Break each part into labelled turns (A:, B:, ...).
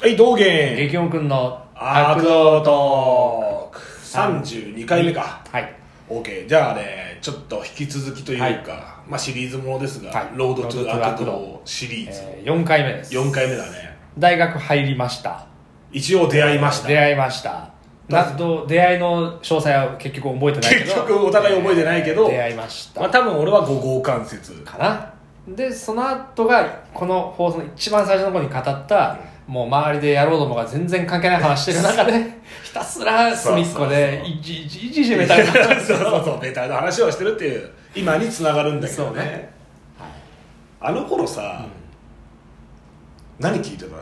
A: はい、道元
B: 激音くんの
A: アークドトーク32回目か
B: はい。
A: OK じゃあねちょっと引き続きというか、
B: はい
A: まあシリーズものですが、
B: はい
A: ロードトゥ
B: ロードトゥ
A: アー
B: アー
A: ク
B: ク
A: ド
B: ド
A: トシリーズ、
B: えー、4回目です。
A: 4回目だね
B: 大学入りました。
A: 一応出会いました
B: 出会いました。など出会いの詳細は結局覚えてないけど
A: 結局お互い覚えてないけど
B: 出会いました、
A: まあ多分俺は五号関節
B: かなでその後がこの放送の一番最初の頃に語った、もう周りで野郎どもが全然関係ない話してる中でひたすら隅っこで
A: そうそうそう
B: いじいじいじいじめた り
A: そうそうそうベタな話をしてるっていう今につながるんだけど
B: そう
A: ね
B: ね
A: あの頃さ、何聞いてた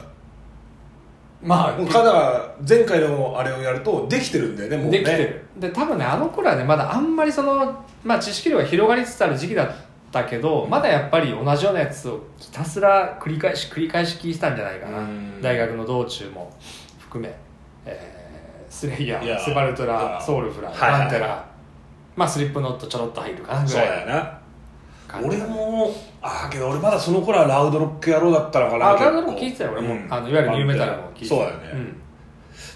B: まあ
A: もうただ前回のあれをやるとできてるんだよねもうね
B: できてるで多分ねあの頃はねまだあんまりその、まあ、知識量が広がりつつある時期だったけどまだやっぱり同じようなやつをひたすら繰り返し繰り返し聞いてたんじゃないかな
A: うん
B: 大学の道中も含め、えースレイヤ
A: いや
B: ースバルト
A: いや
B: ラソウルフラ
A: はいはい
B: バンテラまあスリップノットちょろっと入るかなぐ
A: そう
B: らい
A: だよな
B: 感
A: 俺
B: じ
A: もああけど俺まだその頃はラウドロック野郎だったのかな
B: あガン
A: 結
B: ダム
A: 構
B: 聞いてたよ俺も、
A: うん
B: あのいわゆるニューメタルも聞いてた
A: そうだよね、
B: ん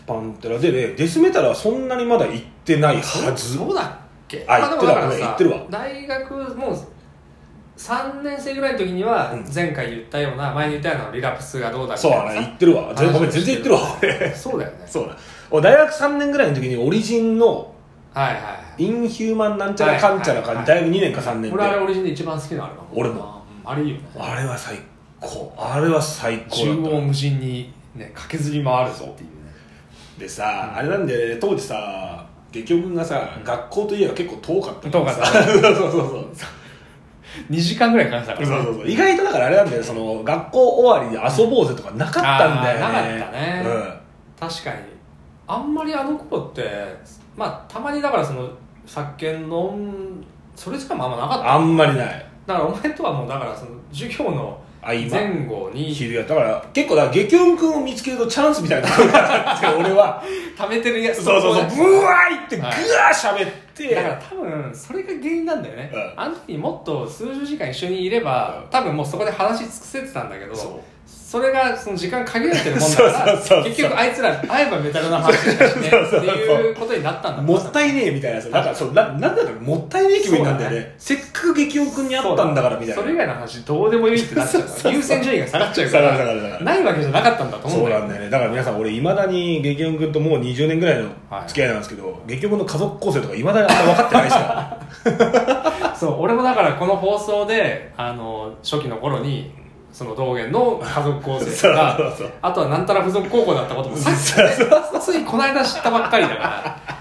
A: パンテラでねデスメタルはそんなにまだ行ってないはず
B: そうだっけ
A: あ
B: まで
A: 言
B: も
A: ってた
B: だからさ
A: ごめん言ってるわ
B: 大学もう3年生ぐらいの時には
A: うん
B: 前回言ったような、前に言ったようなリラプスがどうだみ
A: そ
B: た
A: う
B: い
A: だ
B: な
A: ね行ってるわ全ごめん全然行ってるわ俺
B: ねそうだよね
A: そうだ俺大学3年ぐらいの時にオリジンの
B: はいはいはい
A: インヒューマンなんちゃらかんちゃらか
B: はいはい
A: 大学2年か3年で
B: 俺あれオリジンで一番好きなアルバム
A: 俺も
B: うんあれいいよね
A: あれは最高あれは最高
B: 中
A: だっ
B: 央無尽にね駆けずり回るぞっていうね
A: たでさあれなんで当時さ劇君がさ学校と家が結構遠かったの
B: 遠かった
A: そうそうそう
B: 2時間ぐらいかかってたか
A: そう
B: ら
A: そうそうそう意外とだからあれなんだよその学校終わりで遊ぼうぜとかなかったんだよね
B: あーなかったね
A: うん
B: 確かにあんまりあの頃ってまあたまにだからその酒飲んそれしかもあんまなかった
A: あんまりない
B: だからお前とはもうだからその授業の
A: あ今
B: 前後に
A: 昼やだから結構だから激音くんを見つけるとチャンスみたいなのがあって 俺は
B: 溜めてるやつ
A: そうそうそうブワーいってぐわー喋って、
B: だから多分それが原因なんだよね、
A: うん
B: あの時もっと数十時間一緒にいれば、
A: うん
B: 多分もうそこで話し尽くせてたんだけど
A: そう
B: それがその時間限られてるもんだから
A: そうそうそうそう
B: 結局あいつら会えばメタルな話しかしね
A: そうそうそう
B: っていうことになったんだ
A: もったいねえみたいなさだからそうななんだろうもったいねえ気分になんだよね
B: そ
A: せっ
B: う
A: かく激音くんに会ったんだからみたいな
B: それ以外の話どうでもいいってなっちゃうから
A: そうそうそう
B: 優先順位が下がっちゃうか
A: 下がる下がる下が
B: ら
A: る
B: ないわけじゃなかったんだと思
A: そううん
B: だよ
A: なんだよねだから皆さん俺いまだに激音くんともう20年ぐらいの付き合いなんですけど、激音くんの家族構成とかいまだにあんま分かってない ですから
B: そう俺もだからこの放送であの初期の頃にその道元の家族構成
A: そ
B: と
A: う
B: か
A: そうそう
B: あとはなんたら付属高校だったこともさっきついこの間知ったばっかりだか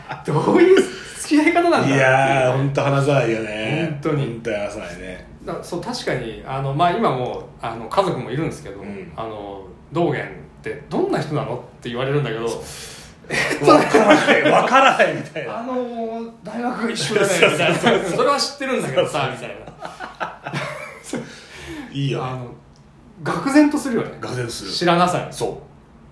B: らどういう付き合い方なんだって
A: いやー、本当話さないよね。
B: 本当に
A: 本当に話さないね。
B: だそう確かにあの、まあ、今もうあの家族もいるんですけど、
A: うん
B: あの道元ってどんな人なのって言われるんだけど
A: わからない、わからないみたいな。
B: あの大学が一緒だねみ たいなそれは知ってるんだけどさみたい
A: いいよ
B: なあ
A: ね。
B: の愕然とするよね
A: ガゼルス。
B: 知らなさ
A: そ。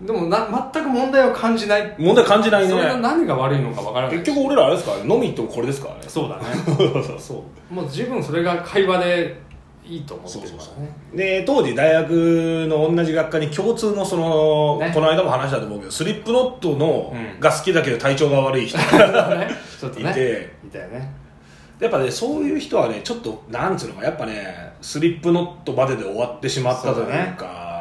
B: いでもな全く問題を感じないう
A: 問題感じない
B: それが
A: ね。
B: 何が悪いのかわからない
A: 結局俺らあれですからね、飲み行ってもこれですからね。
B: そうだね
A: そうそう
B: そうもう十分それが会話でいいと思ってるからね
A: で、当時大学の同じ学科に共通のその、
B: ね
A: この間も話したと思うけど、スリップノットの、
B: うん
A: が好きだけど体調が悪い人が
B: ねちょっと
A: い
B: ね
A: て、
B: いたよね
A: やっぱね、そういう人はね、ちょっと、なんつうのか、やっぱね、スリップノットまでで終わってしまったというか、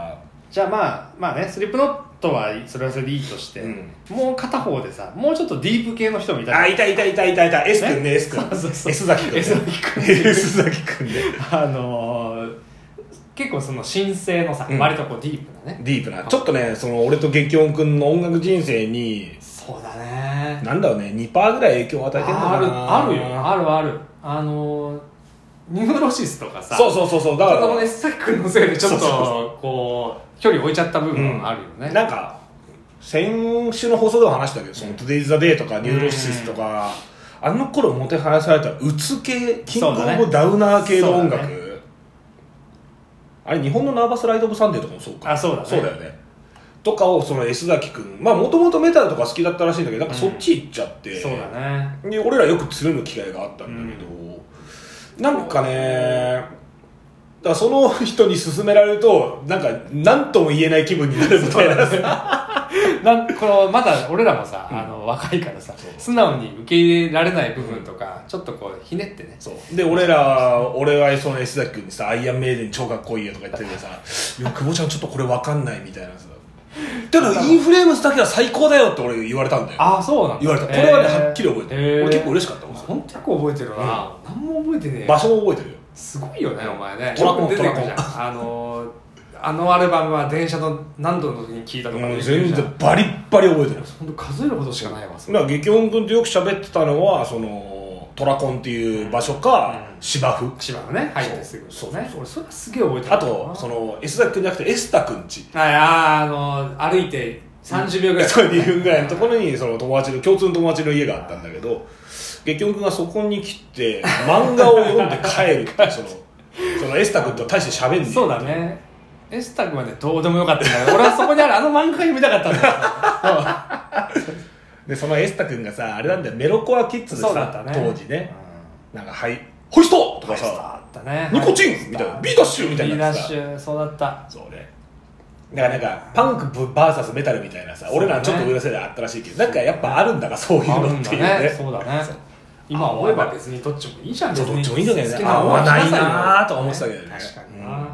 B: じゃあまあまあねスリップノットはそれはそれでいいとして、
A: うん
B: もう片方でさもうちょっとディープ系の人もいたじゃん
A: あ、いたいたいたいたいた。S 君ね、S 君。
B: そうそうそう
A: S 崎君。
B: S 崎君
A: S 崎君ね。
B: あのー結構その新生のさ、
A: うん
B: 割とこうディープなね
A: ディープな。ちょっとね、その俺と激音君の音楽人生に、
B: そうだね
A: なんだろうね、2%ぐらい影響を与えてるの
B: あ
A: か
B: る
A: な。
B: あるよあるあるあのーニューロシスとかさ
A: そうそうそうそう。だか
B: ちょっと
A: ら、
B: ね、さっき君のせいでちょっ
A: そうそう
B: とこう距離置いちゃった部分はあるよね、
A: なんか、先週の放送でも話したけど、その Today's the Day とか、ニューロシスとか、あの頃もてはやされたうつ系、キングオ
B: そうだ
A: ブ
B: ね
A: ダウナー系の音楽
B: そうだ。
A: あれ、日本のナーバスライド・オブ・サンデーとかもそうか。
B: あそうだね
A: そうだよね。とかを、その S 崎君、まあ、もともとメタルとか好きだったらしいんだけど、なんかそっち行っちゃって。
B: そうだね
A: で俺らよくつるむ機会があったんだけど、なんかねだからその人に勧められるとなんか何とも言えない気分になるみたいな
B: なんこのまだ俺らもさ、
A: うん
B: あの若いからさ素直に受け入れられない部分とか、ちょっとこうひねってね
A: そうで俺ら俺はその江崎君にさ「アイアンメイデン超かっこいいよ」とか言っててさ「いや久保ちゃんちょっとこれわかんない」みたいなさ「ただインフレームスだけは最高だよ」って俺言われたんだよ
B: ああそうなんだ
A: 言われたこれはねはっきり覚えて
B: へ
A: る
B: ー
A: 俺結構嬉しかったもん
B: ほんとよく覚えてるな、何も覚えてねえよ
A: 場所も覚えてるよ
B: すごいよねお前ね
A: トラコン
B: よく出てくるじゃんあのーあのアルバムは電車の何度の時に聴いたとか
A: も
B: 言っ
A: う
B: てる
A: 全
B: じゃん
A: 然バリッバリ覚えてる
B: ほんと数えるほどしかないわそれ
A: だから激音君とよく喋ってたのはそのトラコンっていう場所か、
B: うん
A: 芝生
B: 千葉のね入ってすぐ
A: そう
B: ね俺それはすげえ覚えてる
A: あとその江崎君じゃなくてエスタ君ち
B: はいあーあの歩いて30秒ぐらい、
A: そう2分ぐらいのところにその友達の共通の友達の家があったんだけど激音君がそこに来て漫画を読んで帰る っていうそのそのエスタ君と大して喋んねえ
B: そうだねエスタ君はねどうでもよかったんだよ俺はそこにあるあの漫画が読みたかったん だ
A: でそのエスタ君がさあれなんだよメロコアキッズで
B: よそうだった
A: さ、
B: ね
A: 当時ね
B: う
A: なんか「はいホイスト!」と
B: ん、
A: か
B: そう
A: さ
B: だったね
A: ニコチンみたいなビーダッシュみたいな
B: ビーダ
A: や
B: ッ
A: つさ
B: シュそうだった
A: そうねだからなんかパンク VS メタルみたいなさ、俺らちょっと上の世代あったらしいけどなんかやっぱあるんだなそういう
B: あ
A: の
B: るん
A: っ
B: だ
A: ていう
B: ね
A: ね
B: そうだね今思えば別にどっちもいいじゃん
A: ちょっとどっちもいいんだけど
B: 好
A: ね
B: きな
A: 合
B: もの
A: わ
B: は
A: ない
B: しさいよ
A: なーとは思ってたけどね
B: 確かに
A: う
B: なん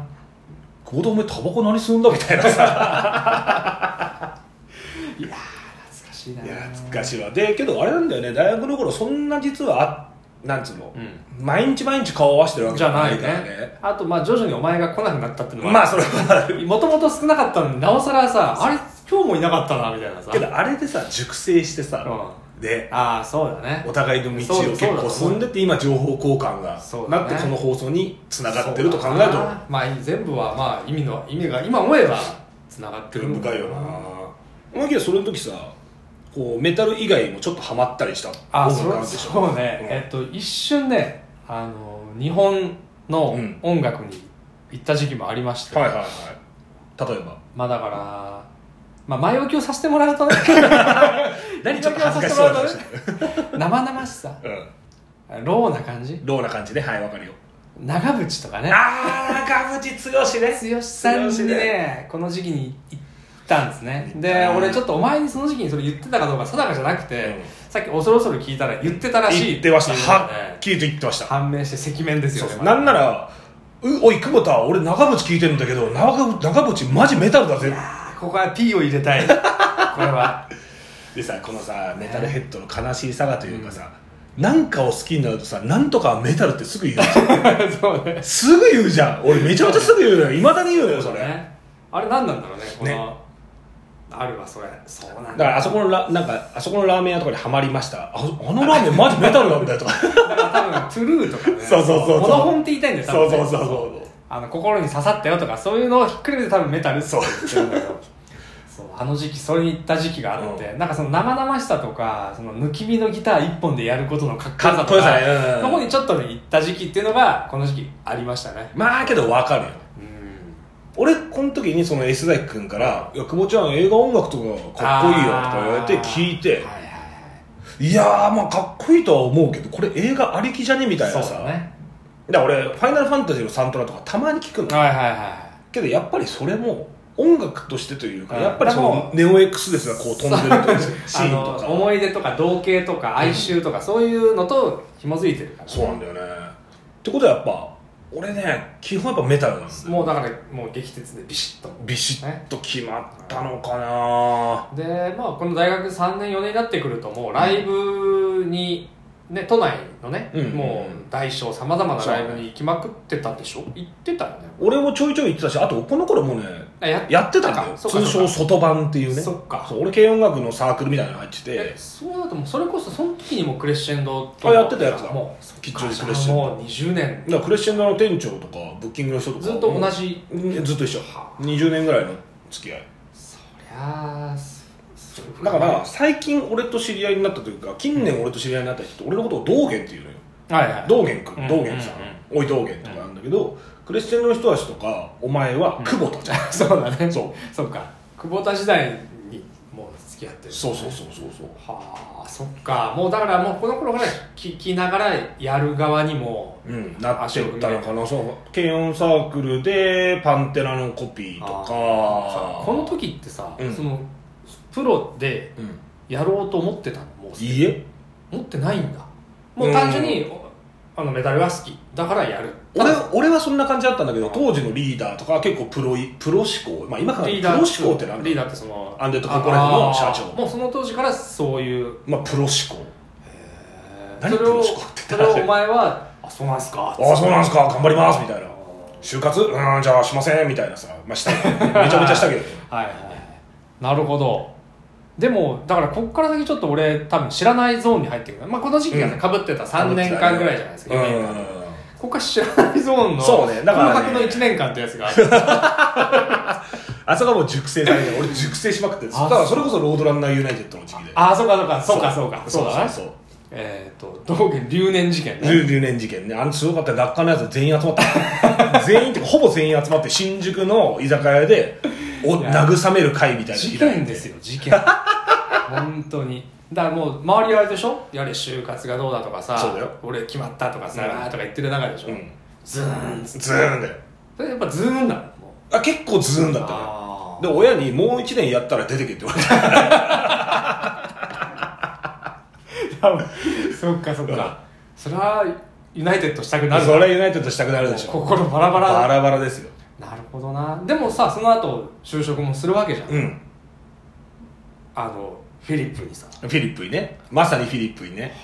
A: 行動めタバコ何すんだみたいなさ
B: 懐かしいないい
A: や懐かしいわでけどあれなんだよね大学の頃そんな実はあなんつうの、
B: う
A: 毎日毎日顔合わせてるわけ
B: じゃない
A: からね
B: ねあとまあ徐々にお前が来なくなったっていうのも
A: まあそれはあ る
B: もともと少なかったのになおさらさあれ今日もいなかったなみたいなさ
A: けどあれでさ熟成してさ、で
B: ああそうだね
A: お互いの道を結構進んでって今情報交換が
B: そうだ
A: な
B: ね
A: ってこの放送につながってると考える
B: そう
A: と
B: だなまあ全部はまあ意味の意味が今思えばつながって
A: 興
B: る
A: 味
B: のか
A: 深いよなお前けどそれの時さこうメタル以外もちょっとハマったりした
B: あ
A: 音
B: そ
A: 楽あ
B: う
A: るでしょ
B: そ
A: う
B: うね、
A: ん
B: えっと一瞬ねあの日本の
A: うん
B: 音楽に行った時期もありまして、
A: はいはいはい例えば
B: まあだから、まあ、前置きをさせてもら うとね
A: 何
B: 何
A: ち
B: ち
A: ょ
B: ょ
A: っ
B: っ
A: と
B: と
A: 恥
B: 恥
A: ず
B: ず
A: か
B: か
A: しそ
B: しそうう
A: な
B: な
A: 話
B: 話生々しさ
A: う
B: ローな感じ
A: んローな感じねはいわかるよ
B: 長渕とかね
A: ああ中渕剛ね
B: 剛さんに
A: 剛
B: ねこの時期に行ったんですね
A: 行っ
B: で
A: た
B: 俺ちょっとお前にその時期にそれ言ってたかどうか定かじゃなくて、
A: うん
B: さっき恐る恐る聞いたら言ってたらしい
A: 言ってました
B: ていうのが
A: は
B: ね
A: っきりと言ってました
B: 判明して赤面です
A: そ
B: よ
A: う
B: ね
A: そうなんならうおい久保田俺中渕聞いてるんだけど中渕中渕マジメタルだぜ
B: あーここは P を入れ たいこれは
A: でさこのさメタルヘッドの悲しいさがというかさ、なんかを好きになるとさなんとかはメタルってすぐ言うじゃん
B: そうね
A: すぐ言うじゃん俺めちゃめちゃすぐ言うのよいまだに言うのよそれ
B: ねあれ何なんだろうねこの
A: ね
B: あるわそれそうなん
A: だ
B: だ
A: からあそこのラなんかあそこのラーメン屋とかにハマりましたああのラーメンマジメタルなんだよと か
B: だから多分トゥルーとかね
A: そうそうそうそう
B: モノホンって言いたいんだよ多
A: そう
B: 分ね
A: そうそうそう
B: あの心に刺さったよとかそういうのをひっくるめて多分メタルって言ってるんだけどそうあの時期それに行った時期があって、なんかその生々しさとかその抜き身のギター一本でやることのかっこよ
A: か
B: さ
A: っこよ
B: と
A: さ
B: か
A: ねうん
B: そこにちょっとね行った時期っていうのがこの時期ありましたね
A: まあけどわかるよ
B: うん
A: 俺この時にその S 崎君から「いや久保ちゃん映画音楽とかかっこいいよ」とか言われて聞いて
B: はいはいはい
A: 「いやーまあかっこいいとは思うけどこれ映画ありきじゃね?」みたいな
B: そう
A: さ
B: だね
A: だから俺「ファイナルファンタジー」のサントラとかたまに聞くの
B: はいはいはい
A: けどやっぱりそれも音楽としてというか
B: うん
A: やっぱりそのネオ X ですがこう飛んでるというシ
B: あ
A: ーンと
B: の
A: か
B: 思い出とか同型とか哀愁とか、そういうのと紐づいてるからね、
A: そうなんだよねってことはやっぱ俺ね基本やっぱメタルなんです
B: もうだからもう激鉄でビシッと
A: ビシッと決まったのかな
B: でまあこの大学3年4年になってくるともうライブに、ね、都内のね、
A: うん
B: もう大小さまざまなライブに行きまくってたでしょ行ってたよね
A: 俺もちょいちょい言ってたしあとこの頃もね
B: あや
A: やってたんだよ
B: そうか
A: 通
B: そう
A: 称
B: か
A: 外版っていうね
B: そっか
A: う俺軽音楽のサークルみたいなの入って
B: え
A: て
B: そうだともうそれこそその時にもうクレッシェンド
A: あやってたやつだ
B: も
A: 吉
B: う
A: 祥寺クレッシェンド
B: もう20年
A: だからクレッシェンドの店長とかブッキングの人とか
B: ずっと同じ、
A: うんずっと一緒
B: は
A: 20年ぐらいの付き合い
B: そりゃあすすごい
A: だか
B: は
A: ら最近俺と知り合いになったというか近年俺と知り合いになった人俺のことを道元っていうのよ
B: いはい
A: 道元君
B: うん
A: 道元さんおい道元とかなんだけどクレッシェンドの人たちとかお前は久保田じゃん
B: そうだね
A: そう
B: そうか久保田時代にもう付き合ってる
A: そうそうそうそうそう
B: はあそっかもうだからもうこの頃から聞きながらやる側にも
A: うん、なってったのかなそう軽音サークルでパンテラのコピーとか
B: あーこの時ってさ、
A: うん
B: そのプロで
A: うん
B: やろうと思ってたのもう
A: いいえ
B: 持ってないんだもう単純に、あのメダルは好きだからやる
A: 俺
B: ただ
A: 俺はそんな感じだったんだけど当時のリーダーとかは結構プロいプロ志向まあ今から
B: リー
A: プ
B: ダ
A: ロ
B: ー
A: 志向ってなんだ
B: リーダーってその
A: アンデッドコーポレートの社長
B: あーもうその当時からそういう
A: まあプロ志向何
B: それ
A: プロ
B: を
A: 志向って
B: それをお前はあそうなんすか
A: ああそうなんすか頑張りますみたいな
B: あ
A: 就活うーんじゃあしませんみたいなさまあ したけどめちゃめちゃしたけど
B: ーはいはいなるほどでもだからこっから先ちょっと俺多分知らないゾーンに入ってくる、まあ、この時期が
A: う
B: ね
A: ん
B: かぶってた3年間ぐらいじゃないですか、
A: う
B: 四年間
A: ん
B: ここから知らないゾーンの
A: そうねだからね
B: 空白の1年間ってやつがあ って
A: あそこはもう熟成されてる俺熟成しまくってるだからそれこそロードランナーユナイテッドの時期で
B: ああそうかそうかそうかそうかそうだな
A: そうそう
B: えっ、と道元留年事件ね
A: ル留年事件ねあのすごかった学科のやつ全員集まった 全員っていうかほぼ全員集まって新宿の居酒屋でお
B: いや
A: 慰める会みたいなの
B: 事
A: 開いて
B: 件ですよ事件本当にだからもう周りはあれでしょやれ就活がどうだとかさ
A: そうだよ
B: 俺決まったとかさ、
A: うん
B: あーとか言ってる中でしょ、
A: うん
B: ズーンズ
A: ズーンだよ
B: それやっぱズーンなのも
A: あ結構ズーン
B: う
A: だったね
B: あー
A: で親にもう1年やったら出てけって言われた
B: そっかそっかそれはユナイテッドしたくなる
A: それはユナイテッドしたくなるでしょ
B: 心バラバラ
A: バラバラですよ
B: なるほどなでもさその後就職もするわけじゃん、
A: うん
B: あのフィリップにさ
A: フィリップイねまさにフィリップイね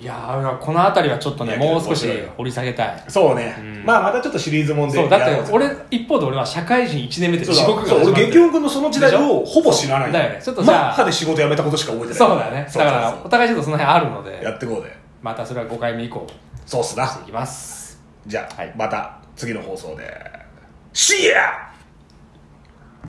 B: いやーこの辺りはちょっとね
A: いや
B: もう少し
A: 面白いよ
B: 掘り下げたい
A: そうね、
B: うん
A: まあまたちょっとシリーズもんで
B: そうだ
A: やろ
B: っ
A: う
B: て
A: ぜ
B: 俺一方で俺は社会人1年目で
A: そう
B: 地
A: だ
B: 獄が
A: そう
B: 始まって
A: 俺激音君のその時代
B: でし
A: を
B: ょ
A: ほぼ知らない
B: そうだよねちょっとじゃあ
A: マッハで仕事辞めたことしか覚えてない
B: そうだよねだ
A: そうそうそう
B: からお互いちょっとその辺あるの
A: や
B: で
A: ってこうで
B: またそれは5回目以降
A: そうっすな
B: していきます
A: じゃあ、
B: はい
A: また次の放送で See ya!